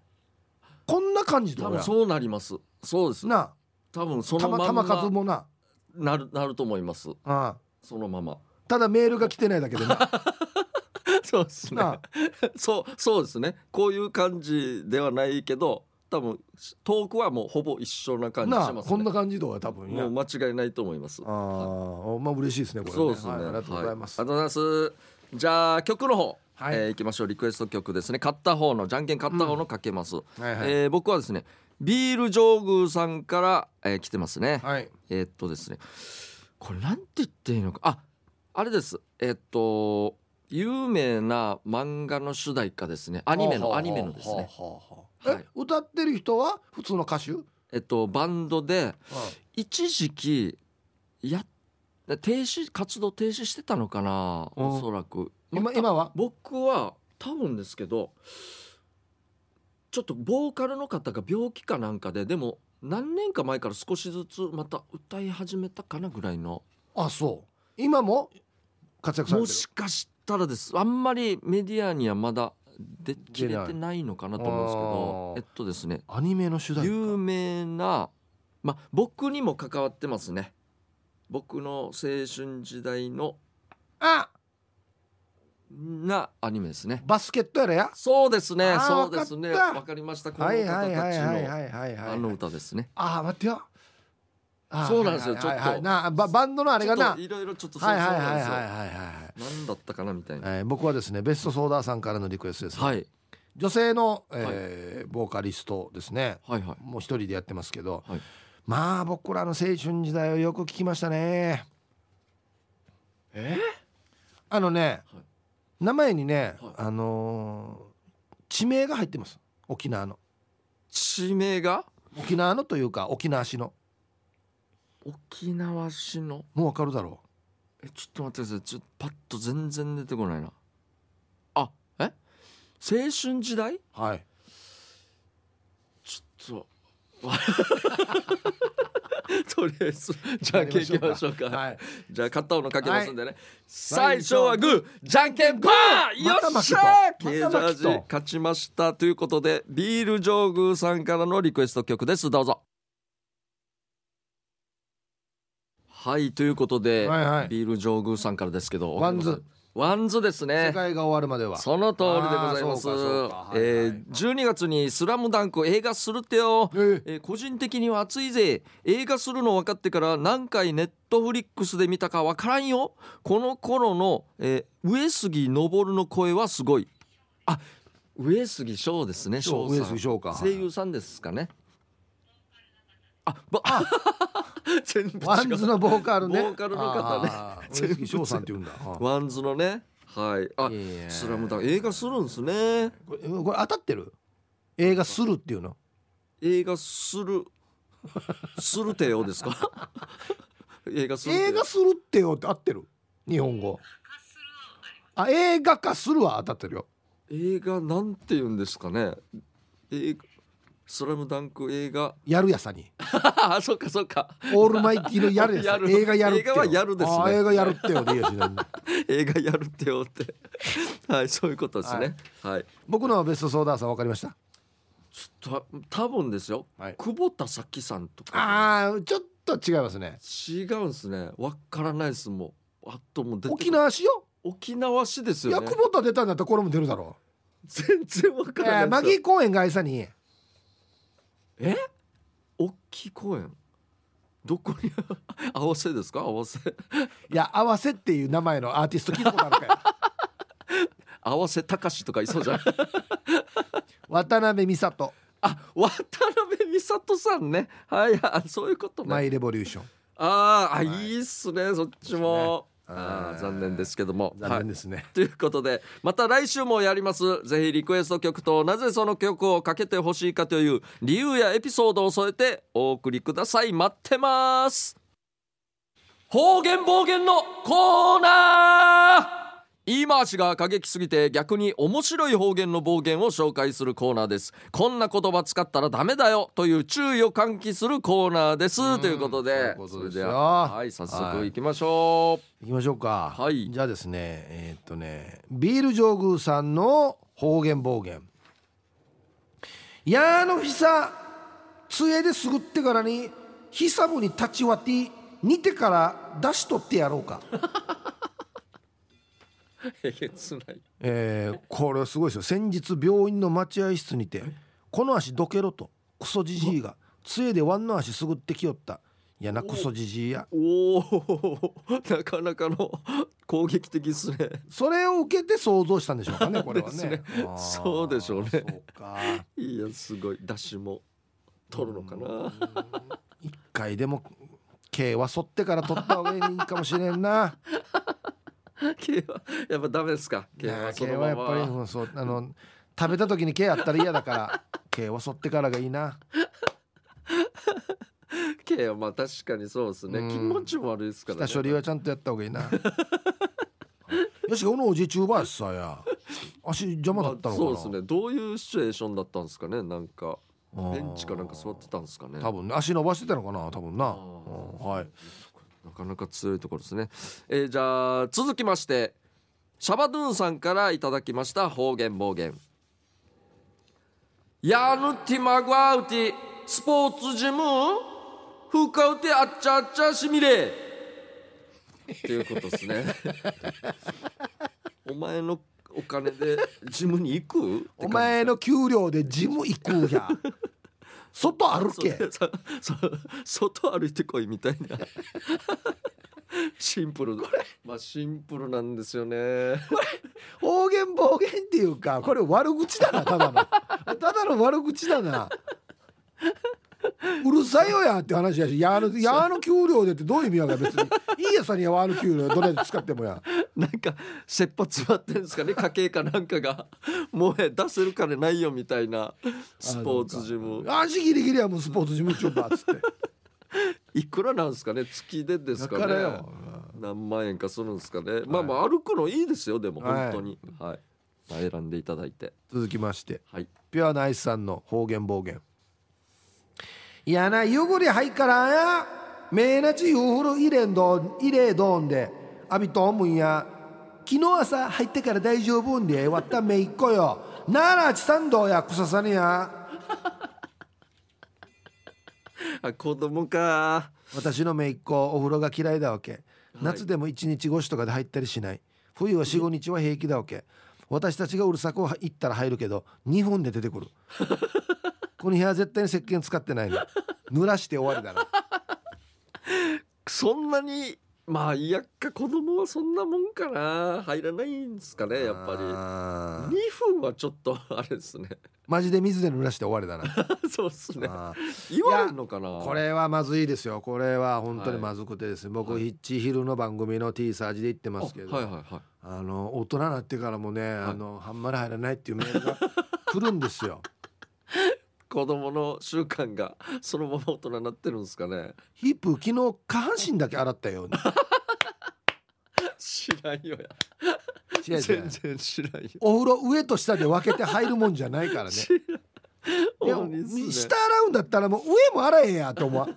こんな感じで多俺分らそうなりますそうですな多分そたのままたんまま数もな、なるなると思いますうん、そのままただメールが来てないだけでな そうですなあそうそうですねこういう感じではないけど多分トークはもうほぼ一緒な感じしなあますこんねな感じで俺多分もうね間違いないと思いますあーまあ嬉しいですねこれねそうですね、はいありがとうございます、はありがとうございますじゃあ曲の方、はいえーいきましょうリクエスト曲ですね買った方のじゃんけん買った方のかけます、はいはいえー僕はですねビール上宮さんから、えー来てますね、はいえーっとですねこれなんて言っていいのかああれですえーっと有名な漫画の主題歌ですねアニメのアニメのですね。はあはあはあはいえ歌ってる人は普通の歌手？えっとバンドで一時期や停止活動停止してたのかなうんおそらく今また今は？僕は多分ですけどちょっとボーカルの方が病気かなんかででも何年か前から少しずつまた歌い始めたかなぐらいのあそう。今も活躍されもてる。しかしたらですあんまりメディアにはまだ出きれてないのかなと思うんですけどえっとですねアニメの主題歌。有名なまあ僕にも関わってますね僕の青春時代のあなアニメですねバスケットやらやそうですねあーそうですねわかったわかりましたこのは方いはいたはいちはいのはいはいはいあの歌ですねあー待ってよあーそうなんですよはいはいはいちょっとなババンドのああれがなはいいろいろちょっとそうそはういはいはいなんはでいすよはい何だったかなみたいなえー僕はですねベストソーダーさんからのリクエストです、はい女性の、えーボーカリストですねはいはいもう一人でやってますけど、はいまあ僕らの青春時代をよく聞きましたねえあのね、はい名前にね、はいあのー地名が入ってます沖縄の地名が沖縄のというか沖縄市の沖縄市のもうわかるだろえちょっと待ってくださいちょっとパッと全然出てこないなあえ青春時代うはいちょっと わとりあえずじゃあやりまし行きましょうかょうか、はいじゃあ片方のかけますんでね、最初はグーじゃんけんパーよまたっ負けしたゃーまた負ケけーたジャージ勝ちましたということでビールジョーグーさんからのリクエスト曲ですどうぞはいということで、はいはいビールジョーグーさんからですけどワンズ岡村さんワンズです世ね界が終わるまではその通りでございますあーそうかそうかはいはいえー12月に「スラムダンク映画するってよ、えーえー個人的には熱いぜ映画するの分かってから何回ネットフリックスで見たか分からんよこの頃の、えー上杉昇の声はすごいあ上杉翔ですね翔翔さん上杉翔か声優さんですかねあば 全部違うワンズのボーカルねボーカルの方ねあー上杉翔さんって言うん だあーワンズのねはいあいやいやスラムダンク映画するんですねこれこれ当たってる映画するっていうの映画するするてよですか 映画するてよ映画するってよって合ってる日本語あ映画化するは当たってるよ映画なんて言うんですかね映画スラムダンク映画やるやさに あそっかそっかオールマイティのやるややさる映画やるってよ映画はやるですねあー映画やるってよでいいやしなんで映画やるってよって はいそういうことですねはい、僕のベストソーダーさん分かりましたちょっと多分ですよ、はい久保田早紀さんとかあーちょっと違いますね違うんですねわからないですもうあともう出てこ沖縄市よ沖縄市ですいよやね久保田出たんだったらこれも出るだろ全然わう、かえらー、なマいギですーよ公園が餌にえ大きい公園どこに 合わせですか合わせいや合わせっていう名前のアーティスト聞いたことある かよ合わせたかしとかいそうじゃん渡辺美里あ渡辺美里さんねはいあそういうことマねイレボリューションあーあはいいいっすねそっちもそうですねあえーー残念ですけども残念はいですね、ということでまた来週もやりますぜひリクエスト曲となぜその曲をかけてほしいかという理由やエピソードを添えてお送りください待ってます方言暴言のコーナー言い回しが過激すぎて逆に面白い方言の暴言を紹介するコーナーですこんな言葉使ったらダメだよという注意を喚起するコーナーですということでそういうことそでれすでよははい早速行きましょう、行きましょうか。はいじゃあですね、えーっとね、ビール上宮さんの方言暴言。いやーのひさ、杖ですぐってからに、ひさぶに立ちわって、煮てから出しとってやろ うか。えげつないえー、これはすごいですよ。先日病院の待合室にて、この足どけろと、クソじじいが、杖でワンの足すぐってきよった。いやなクソじじいや。おおなかなかの攻撃的ですねそれを受けて想像したんでしょうかね、これはですねね。あ ーそうでしょうねそうか。いやすごい出汁も取るのかな一回でも毛は剃ってから取った方がいいかもしれん な毛はやっぱダメですか毛なあはそ毛のはやまっぱりまうんそうあの食べた時に毛あったら嫌だから 毛は剃ってからがいいな毛はまあ確かにそうですねうん気持ちも悪いですからね下処理はちゃんとやった方がいいな よしこのおじいちゅうばやさや足邪魔だったのかな、まあそうですねどういうシチュエーションだったんですかねなんかあーベンチかなんか座ってたんですかね多分ね足伸ばしてたのかな多分な、あーうんはいなかなか強いところですね、えーじゃあ続きましてシャバドゥンさんからいただきました方言暴言ヤヌティマグアウティスポーツジム風化うてあっちゃあっちゃしみれっていうことですねお前のお金でジムに行くってお感じ前の給料でジム行 くや外歩けそそそ外歩いてこいみたいなシンプルこれまあシンプルなんですよね方言暴言っていうかこれ悪口だなただのただの悪口だなうるさいよやって話やしやるやの給料でってどういう意味やが別にいいやさにやわの給料どれ使ってもやなんか切羽詰まってるんですかね家計かなんかがもうえ出せる金ないよみたいなスポーツジム足ギリギリはもうスポーツジムチューバーっつっていくらなんですかね月でですだかかねらよ何万円かするんですかね、まあまあ歩くのいいですよでもはい本当にはい、まあ選んでいただいて続きましてはいピュアなアイスさんの方言暴言いやなゆぐりはいからんやめなちゆうふるいれんどんいれどんであびと思うんや昨日朝入ってから大丈夫んでわっためいっこよならちさんどうやくささねやあ子供か私のめいっ子お風呂が嫌いだわけ夏でも1日5時とかで入ったりしない冬は45日は平気だわけ私たちがうるさく言ったら入るけど2分で出て くるこの部屋絶対に石鹸使ってないの濡らして終わりだなそんなにまあいやっか子供はそんなもんかな入らないんですかねやっぱぱり2分はちょっとあれですね マジで水で濡らして終わりだなそうですねあー言われるのかなこれはまずいですよこれは本当にまずくてですね、僕ヒッチヒルの番組の T サージで言ってあますけど、はいはいはいあの大人になってからもね、あのあんまり入らないっていうメールが来るんで すよ子供の習慣がそのまま大人になってるんですかねヒップ昨日下半身だけ洗ったように知らんよや違う 違全う然知らんよお風呂上と下で分けて入るもんじゃない からね知いやらんい下洗うんだったらもう上も洗えやと 思う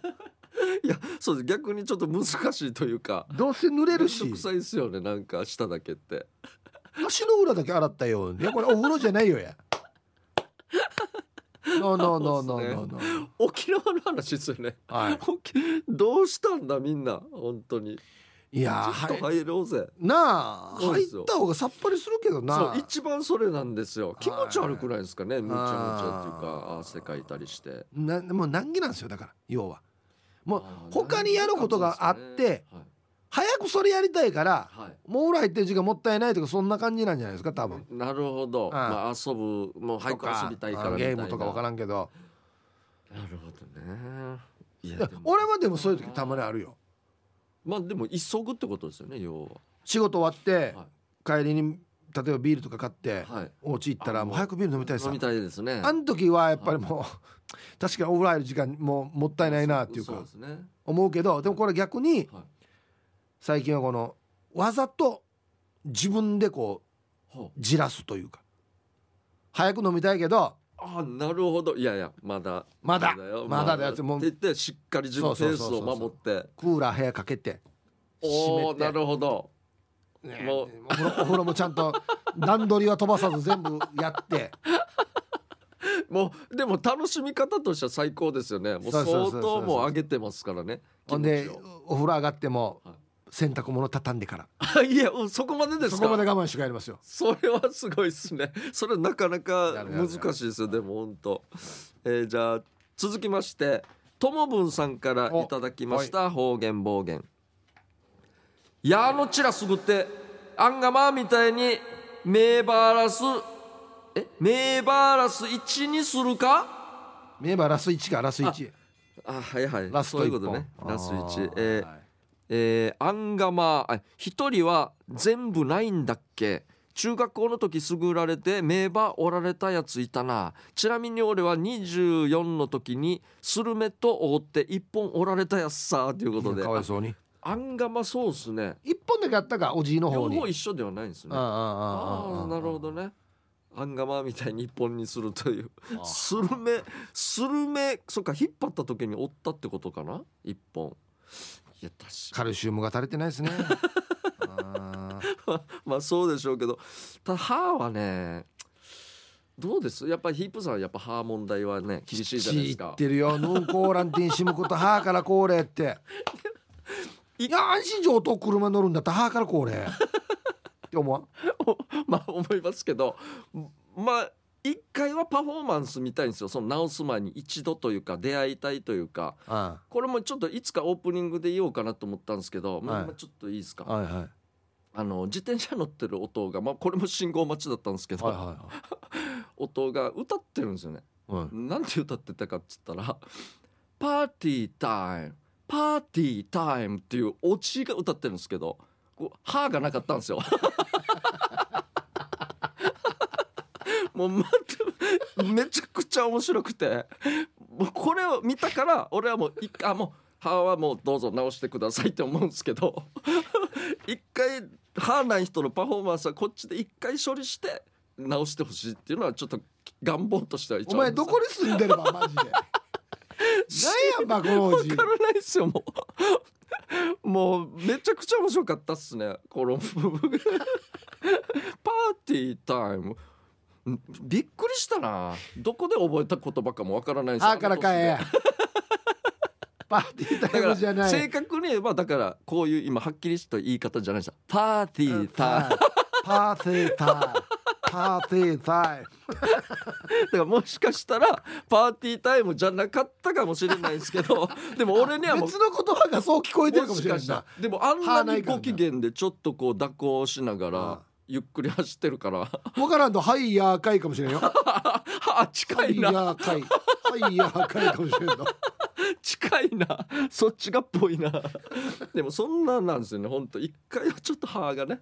いやそうです逆にちょっと難しいというかどうせ濡れるしめんどくさいですよねなんか舌だけって足の裏だけ洗ったよいやこれお風呂じゃないよ やノーノーノーノーノーノー沖縄の話ですよねは沖 どうしたんだみんな本当にいいやーちょっとはい入ろうぜ、なあそう入でっすよた方がさっぱりするけどそなう一番それなんですよい気持ち悪くないですかねむちゃむちゃっていうあかー汗かいたりしてなもう難儀なんですよだから要はもうあー他にやることがあってはい早くそれやりたいからはいもう裏入ってる時間もったいないとかそんな感じなんじゃないですか多分なるほど、んまあ、遊ぶもう早くとか遊びたいからあみのたいゲなームとか分からんけどなるほどねいやいやでも俺はでもそういう時たまにあるよまあでも急ぐってことですよね要は仕事終わっては帰りに例えばビールとか買ってはいお家行ったあらもうもう早くビール飲みたいさ飲みたいですねあの時はやっぱりもう 確かにお風呂入る時間もうもったいないなっていうそうかですね思うけどでもこれ逆にはい最近はこのわざと自分でこほううじらすというか早く飲みたいけどあなるほどいやいやまだまだよまだだよもうって言ってしっかり自分ペそーうそスうそうそうを守ってクーラー部屋かけてお閉おなめて、るほどねもうお風呂お風呂もちゃんと段取りは飛ばさず全部やってもうでも楽しみ方としては最高ですよねもうそ相うそうそうそ当うもう上げてますからねほんで 気持ちをお風呂上がってもはい洗濯物畳んでからあ いやうんそこまでですそかこまで我慢して帰りますよそれはすごいですね。 それはなかなかやるやるや難るしいですよ。でも本当。えーじゃあ続きまして、ともぶんさんからいただきました方言暴言。いやあのチラすぐってアンガマーみたいにメーバーラスえメーバーラス一にするか？見えばラス1かラス1あはいはい。ラスそうトい1うこ本とね。ラス一。えーあーはいえーアンガマーあ一人は全部ないんだっけ中学校の時すぐ売られて名馬おられたやついたなちなみに俺は24の時にスルメと覆って一本おられたやつさということでかわいそうにあアンガマそうっすね1本だけあったかおじいの両方に方一緒ではないんですねあああああああーあなるほどねアンガマみたいに一本にするというあスルメスルメそっか引っ張った時に折ったってことかな一本いや確かにカルシウムが足りてないで すねあーまあそうでしょうけどただ歯はねどうですやっぱりヒープさんやっぱ歯問題はね厳しいじゃないです言っかてるよヌンコーランティンシムこと歯からこれっていいや安心上と車乗るんだったら歯からこれって思わん まあ思いますけどまあ一回はパフォーマンス見たいんですよその直す前に一度というか出会いたいというかあこれもちょっといつかオープニングで言おうかなと思ったんですけど、まあはいまあちょっといいですか、はいはいはいあの自転車乗ってる音が、まあ、これも信号待ちだったんですけど、は音が歌ってるんですよね。いはいなんて歌ってたかっつったら「パーティータイムパーティータイム」っていうオチが歌ってるんですけどこう歯がなかったんですよ。もう待ってめちゃくちゃ面白くてもうこれを見たから俺はもう一回あもう歯はもうどうぞ直してくださいって思うんですけど一回歯ない人のパフォーマンスはこっちで一回処理して直してほしいっていうのはちょっと願望としては一応お前どこに住んでればマジで何やバカ王わ子からないですよもうもうめちゃくちゃ面白かったっすねこの部分パーティータイムんびっくりしたなどこで覚えた言葉かもわからないです歯からかえパーティータだイかムじゃらない正確に言えばだからこういう今はっきりした言い方じゃないですパーティータイムパーティータイムパーティータイだムからもしかしたらパーティータイムじゃなかったかもしれないですけどでも俺にはもう別の言葉がそう聞こえてるかももししれかないしたならでもあん歯ななにいからごな機嫌でちょっとこう蛇行しながあらあゆっくり走ってるから わからんと「はいやーかい」かもしれんよ「あ近はいいやなーかい」「はいやーかい」かもしれんの近いなそっちがっぽいなでもそんなんなんですよねほんと一回はちょっと歯がね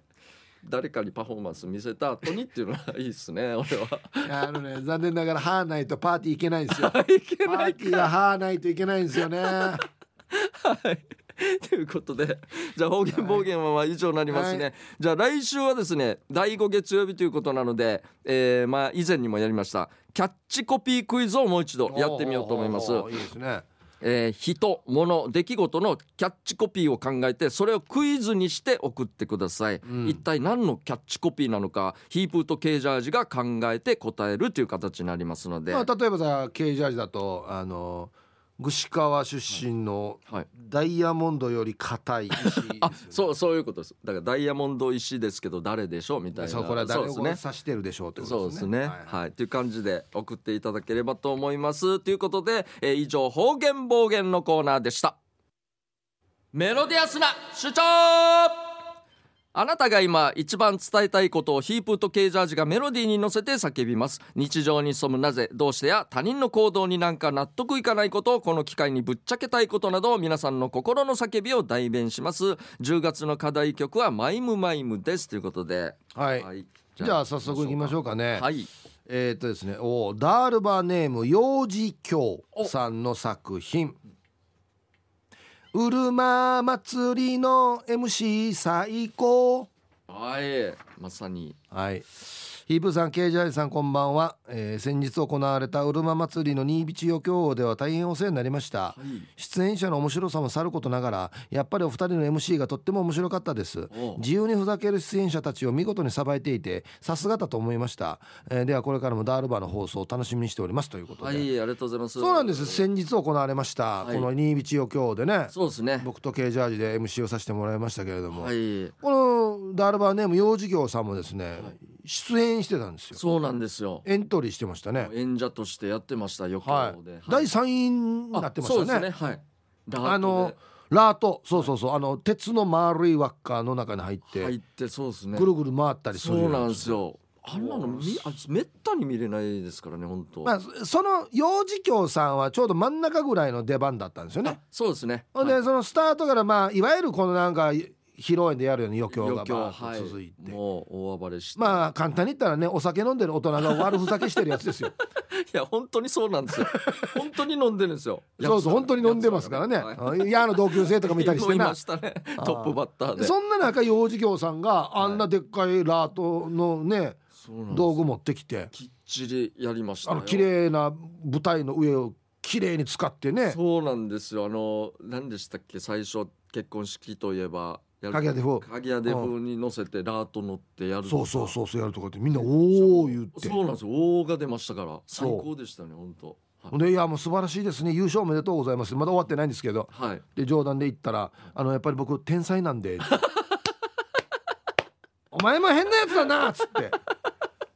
誰かにパフォーマンス見せた後にっていうのはいいっすね俺 はいやあのね残念ながら「はーない」とパーティー行けないんですよパいけないーティーは「はーない」といけないんで すよねはい。ということで、じゃあ方言暴言はまあ以上になりますね。はじゃあ来週はですね、第5月曜日ということなので、えーまあ以前にもやりました、キャッチコピークイズをもう一度やってみようと思います。おーおーおーいいですねえー人、物、出来事のキャッチコピーを考えて、それをクイズにして送ってください。ん一体何のキャッチコピーなのか、ヒープーとケージャージが考えて答えるという形になりますので。まあ、例えばさ K ジャージだとあの串川出身のはいダイヤモンドより硬い石ですよね、 あ、そう、そういうことです。だからダイヤモンド石ですけど、誰でしょうみたいな。そうこれは誰をそうです指してるでしょうってこそとうでですすねね。はい。という感じで送っていただければと思います。ということで、えー以上、方言暴言のコーナーでした。メロディアスな主張あなたが今一番伝えたいことをヒープとケージャージがメロディーに乗せて叫びます。日常に潜むなぜ、どうしてや他人の行動になんか納得いかないことをこの機会にぶっちゃけたいことなど皆さんの心の叫びを代弁します。10月の課題曲はマイムマイムです。ということで。はい、い。じゃあ早速いきましょうかね、はい。えーっとですねおーダールバーネーム幼児京さんの作品「うるま祭りの MC 最高」はい。まさに。はい。ヒープーさん、ケージャージさん、こんばんは、えー先日行われたうるま祭りの新チ余興王では大変お世話になりました。出演者の面白さもさることながら、やっぱりお二人の MC がとっても面白かったですおう。自由にふざける出演者たちを見事にさばいていて、さすがだと思いました。えーでは、これからもダールバーの放送を楽しみにしておりますということで。はい、ありがとうございます。そうなんです。。先日行われました。はいこの新チ余興王でね、そうですね。僕とケージャージで MC をさせてもらいましたけれども。はい。このダールバーネーム幼児業さんもですね、出演してたんですよそうなんですよ。エントリーしてましたね演者としてやってました。余は興い、で。第好3位になってましたねそうあですね。はい。ラートでのラートそうそうそうあの鉄の丸い輪っかの中に入って、入ってそうですねぐ。るぐる回ったりするそうやなんつですよ。あんなのみあめったに見れないですからね、本当。まあそその幼児業さんはちょうど真ん中ぐらいの出番だったんですよねそうですね。ほんで、はいそのスタートからまあいわゆるこのなんか披露宴でやるような余興がバーはッいと続いて、もう大暴れして。まあ簡単に言ったらねお酒飲んでる大人が悪ふざけしてるやつで すよいや本当にそうなん ですよ。本当に飲んでるんですよ。そうそう本当に飲んでますからねはい。いやあの同級生とか見 たりしていなま。したね。トップバッターで。そんな中幼児業さんがあんなでっかいラートのねそうなんです道具持ってきて、きっちりやりましたあよの綺麗な舞台の上を綺麗に使ってね。そうなんですよあの何でしたっけ最初結婚式といえばやる鍵屋で風鍵屋で風に乗せてラート乗ってやるそうそううそうそうやるとかってみんなおお言ってそうなんですよ大が出ましたから最そう高でしたね本当はでいやもう素晴らしいですね優勝おめでとうございますまだ終わってないんですけどい はいで冗談で言ったら「あのやっぱり僕天才な んで」お前も変なやつだな」っつって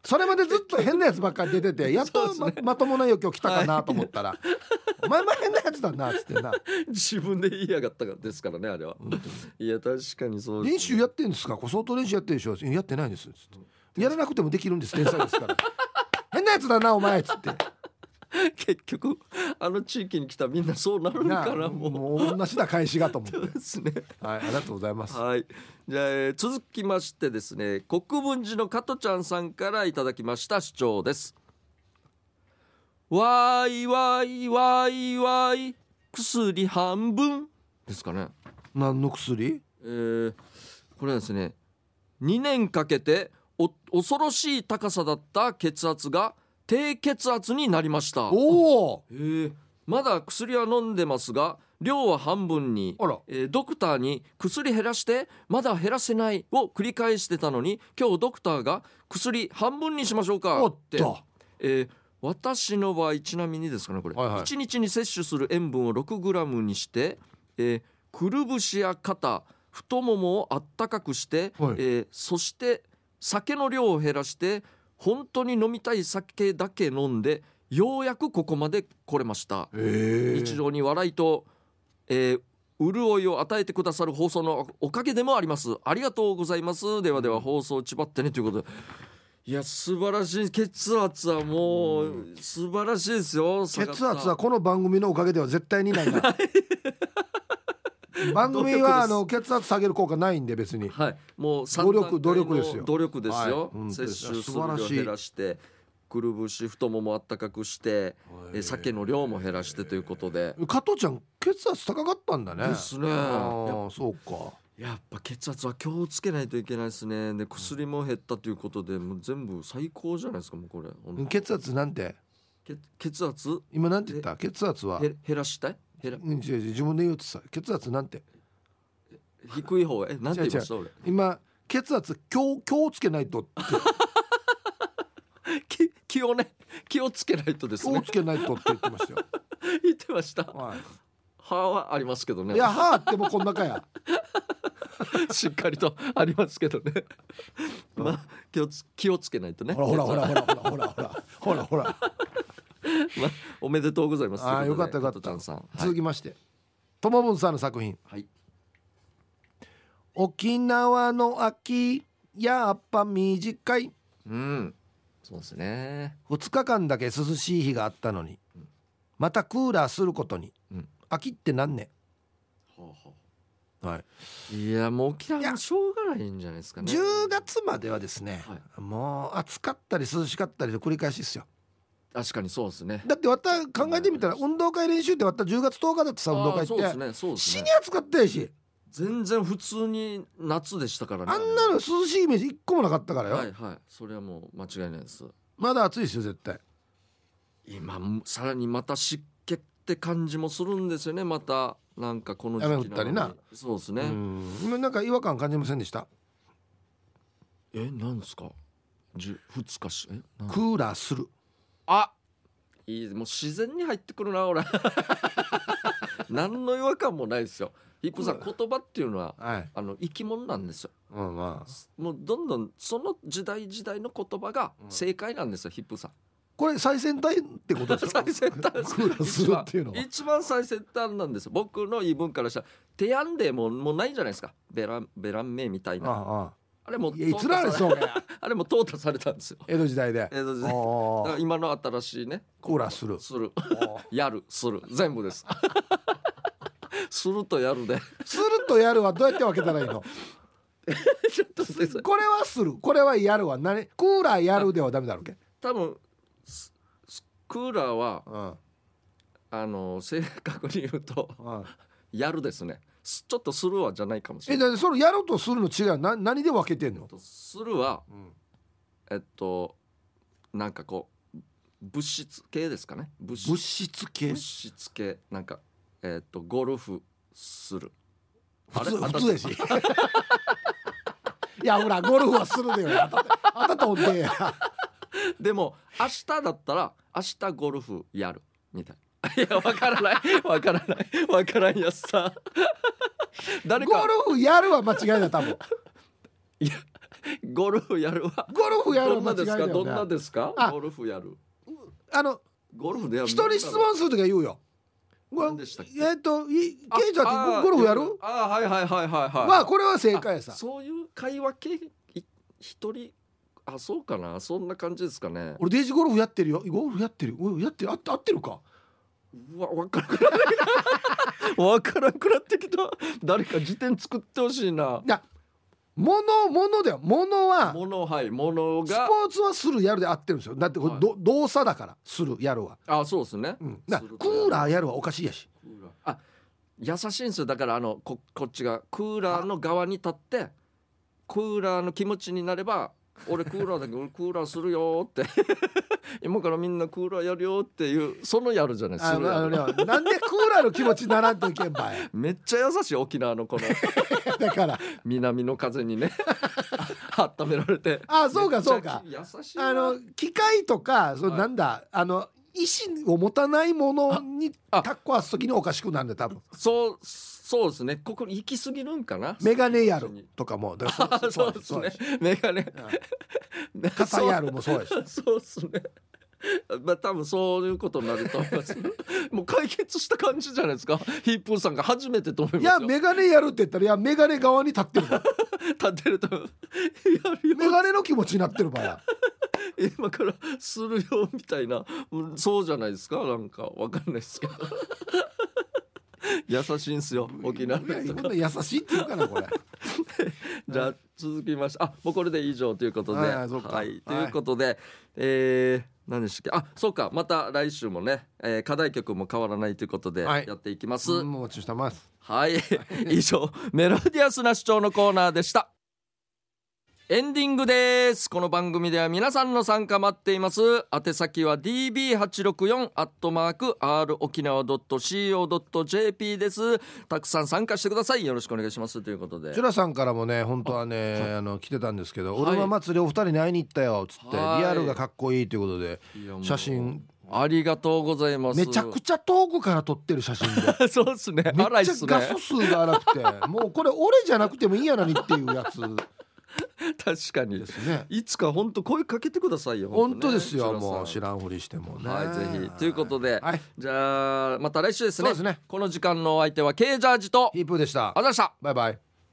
それまでずっと変なやつばっかり出ててやっとま,、まともな余興来たかなと 思ったら「お前も変なやつだな」っつってな自分で言いやがったからですからねあれは、 いや確かにそうです練習やってんですかこれ相当練習やってるでしょいややってないですつってやらなくてもできるんです天才で すから変なやつだなお前っつって結局あの地域に来たみんなそうなるんなかなもうもう同じだ返しがと思ってそう ですねはいありがとうございますはいじゃあ、えー続きましてですね国分寺の加トちゃんさんからいただきました主張ですわーいわーいわーいわーい薬半分ですかね何の薬えーこれはですね2年かけてお恐ろしい高さだった血圧が低血圧になりましたおおえーまだ薬は飲んでますが量は半分にあらえードクターに薬減らしてまだ減らせないを繰り返してたのに今日ドクターが薬半分にしましょうかおっってとえー私の場合ちなみにですかねこれ、はいはい1日に摂取する塩分を 6g にして、えーくるぶしや肩太ももをあったかくして、はいえーそして酒の量を減らして本当に飲みたい酒だけ飲んでようやくここまで来れました。え日常に笑いと、えー潤いを与えてくださる放送のおかげでもありますありがとうございますではでは放送ちばってねということでいや素晴らしい血圧はもう素晴らしいですよ血下がった圧はこの番組のおかげでは絶対にな いな番組はあの血圧下げる効果ないんで別にはいもう努三段階の力努力ですよ努力ですよ、はいうん摂取す素る量晴らしい減らしてくるぶし太ももあったかくして、えー酒の量も減らしてということで、加藤ちゃん血圧高かったんだねですねああそうかやっぱ血圧は気をつけないといけないですねで薬も減ったということでもう全部最高じゃないですかもうこれほんと血圧なんてけ血圧今なんて言った血圧はへ減らしたい減らうん違う違う自分で言うとさ血圧なんて低い方へえなんて言いました俺今血圧今日今日つけないとって気気をね気をつけないとです今ね日つけないとって言ってましたよ、 言ってましたは歯はありますけどい、ねいやはあってもこんなかやしっかりとありますけどねまあ気をつ気をつけないとねほらほらほらほらほらほらほらほらまあおめでとうございますああといようかこっとたでよかった加藤ちゃんさんはい続きましてともぶんさんの作品はい「沖縄の秋やっぱ短いうんそうですね」 2日間だけ涼しい日があったのにまたクーラーすることにうん秋ってなんねはあはあん、はい、いやもう沖い縄やもしょうがないんじゃないですかね。 10月まではですね、はいもう暑かったり涼しかったりで繰り返しですよ確かにそうですね。だってわた考えてみたら運動会練習ってわた10月10日だってさ運動あ会ーそうでっすて、ね、そうです死ねに。暑かったやし全然普通に夏でしたからね。あんなの涼しいイメージ一個もなかったからよ、はいはい、それはもう間違いないです。まだ暑いですよ絶対今さらにまた湿気って感じもするんですよね。またなんかこの時期なのに雨降ったりな。そうですうね。ん今なんか違和感感じませんでしたえ、なんですか。十二日し、え、なんクーラーするあ、いいもう自然に入ってくるな 俺。何の違和感もないですよ。ヒップさん言葉っていうのははいあの生き物なんですよ。まあまあもうどんどんその時代時代の言葉が正解なんですよ、ヒップさん。これ最先端ってことです か最先端ですクーラーするっていうのは一番最先端なんですよ僕の言い分からしたら手やんでももうないじゃないですかベランベラン名みたいなああれもあういやいつらあれ淘汰さそうかやれあれも淘汰されたんですよ江戸時 代で江戸時代あだ からあ今の新しいねクーラーするするああやるする全部です するとやるでするとやるはどうやって分けたらいいのちょっと先生これはするこれはやるは何クーラーやるではダメだろうけ、多分すすクーラーはうんあの正確に言うとうん、やるですねすちょっとするはじゃないかもしれえないだってそれやるとするの違うな何で分けてんの、とするはうんえっとなんかこう物質系ですかね物質物質系物質系なんかえっとゴルフするあれ普通当たっ普通やし いやほらゴルフはするでよ当たった当たったほんででも明日だったら明日ゴルフやるみたいない やわからないわからないわからんやつ さ誰ゴかルフやるは間違いだ多分いやゴルフやるわゴルフやるどはん間な違いですだかどんなよねですかあゴルフやるあのゴルフでやる人に質問するときは言うよご何でしたっけえっといケイあちゃんってゴゴルフやるああはいはいはいはいはいまあこれは正解やさあそういう会話系い一人あそうかなそんな感じですかね俺デイジゴルフやってるよゴルフやってるおいやってるあ合ってるかうわわからんくなってきたわからんくなってきた誰か辞典作ってほしいないや物物だよ物はものはいものスがポーツはするやるで合ってるんですよだってこれ、はいど動作だからするやるは、あそうですねうん、だかすらるクとやるーラーやるはおかしいやしクーラーあ優しいんですよだからあのここっちがクーラーの側に立ってクーラーの気持ちになれば俺クーラーだけど俺クーラーするよーって 今からみんなクーラーやるよーっていうそのやるじゃないあするのやあのるねなんでクーラーの気持ちにならんといけんばい めっちゃ優しい沖縄のこのだから南の風にね温められてあそうかそうかめっちゃ優しいなあの機械とかそうはいなんだ、あの意思を持たないものにタああッコわす時におかしくなるんで多分そうそうですねここに行き過ぎるんかなメガネやるとかもだからあ そうですやねしメガネね傘やるもそうやしそうっすね。まあ多分そういうことになると思い ます。もう解決した感じじゃないですか。ヒップーさんが初めてと思いいまやすよ。メガネやるって言ったらいやメガネ側に立ってるから立ってると思うやるメよ。ガネの気持ちになってるから今からするよみたいな、うんそうじゃないですか。なんかわかんないですけ ど。優しいんすよ沖縄のいや人こんな優しいって言うかなこれじゃあ続きましてあもうこれで以上ということで、はいはいそうかはいということで、えー何でしたっけあそうかまた来週もね、えー課題曲も変わらないということではいやっていきます、うんもうお待ちしてますはい、 以上メロディアスな主張のコーナーでしたエンディングですこの番組では皆さんの参加待っています宛先は db864 アットマーク r 沖縄 .co.jp ですたくさん参加してくださいよろしくお願いしますということでジュラさんからもね本当はねあ、の来てたんですけど、はい俺は祭りお二人に会いに行ったよっつって、はいリアルがかっこいいということでいやもう写真ありがとうございますめちゃくちゃ遠くから撮ってる写真で ゃそうですねめっ荒いっちゃすね画素数が荒くてもうこれ俺じゃなくてもいいやなにっていうやつ確かにです ねいつか本当声かけてくださいよ本当ねですよ白さんもう知らんふりしてもねはいぜひということで、はいじゃあまた来週ですねそうですねこの時間のお相手は K ジャージとヒープーでしたあざしたバイバイ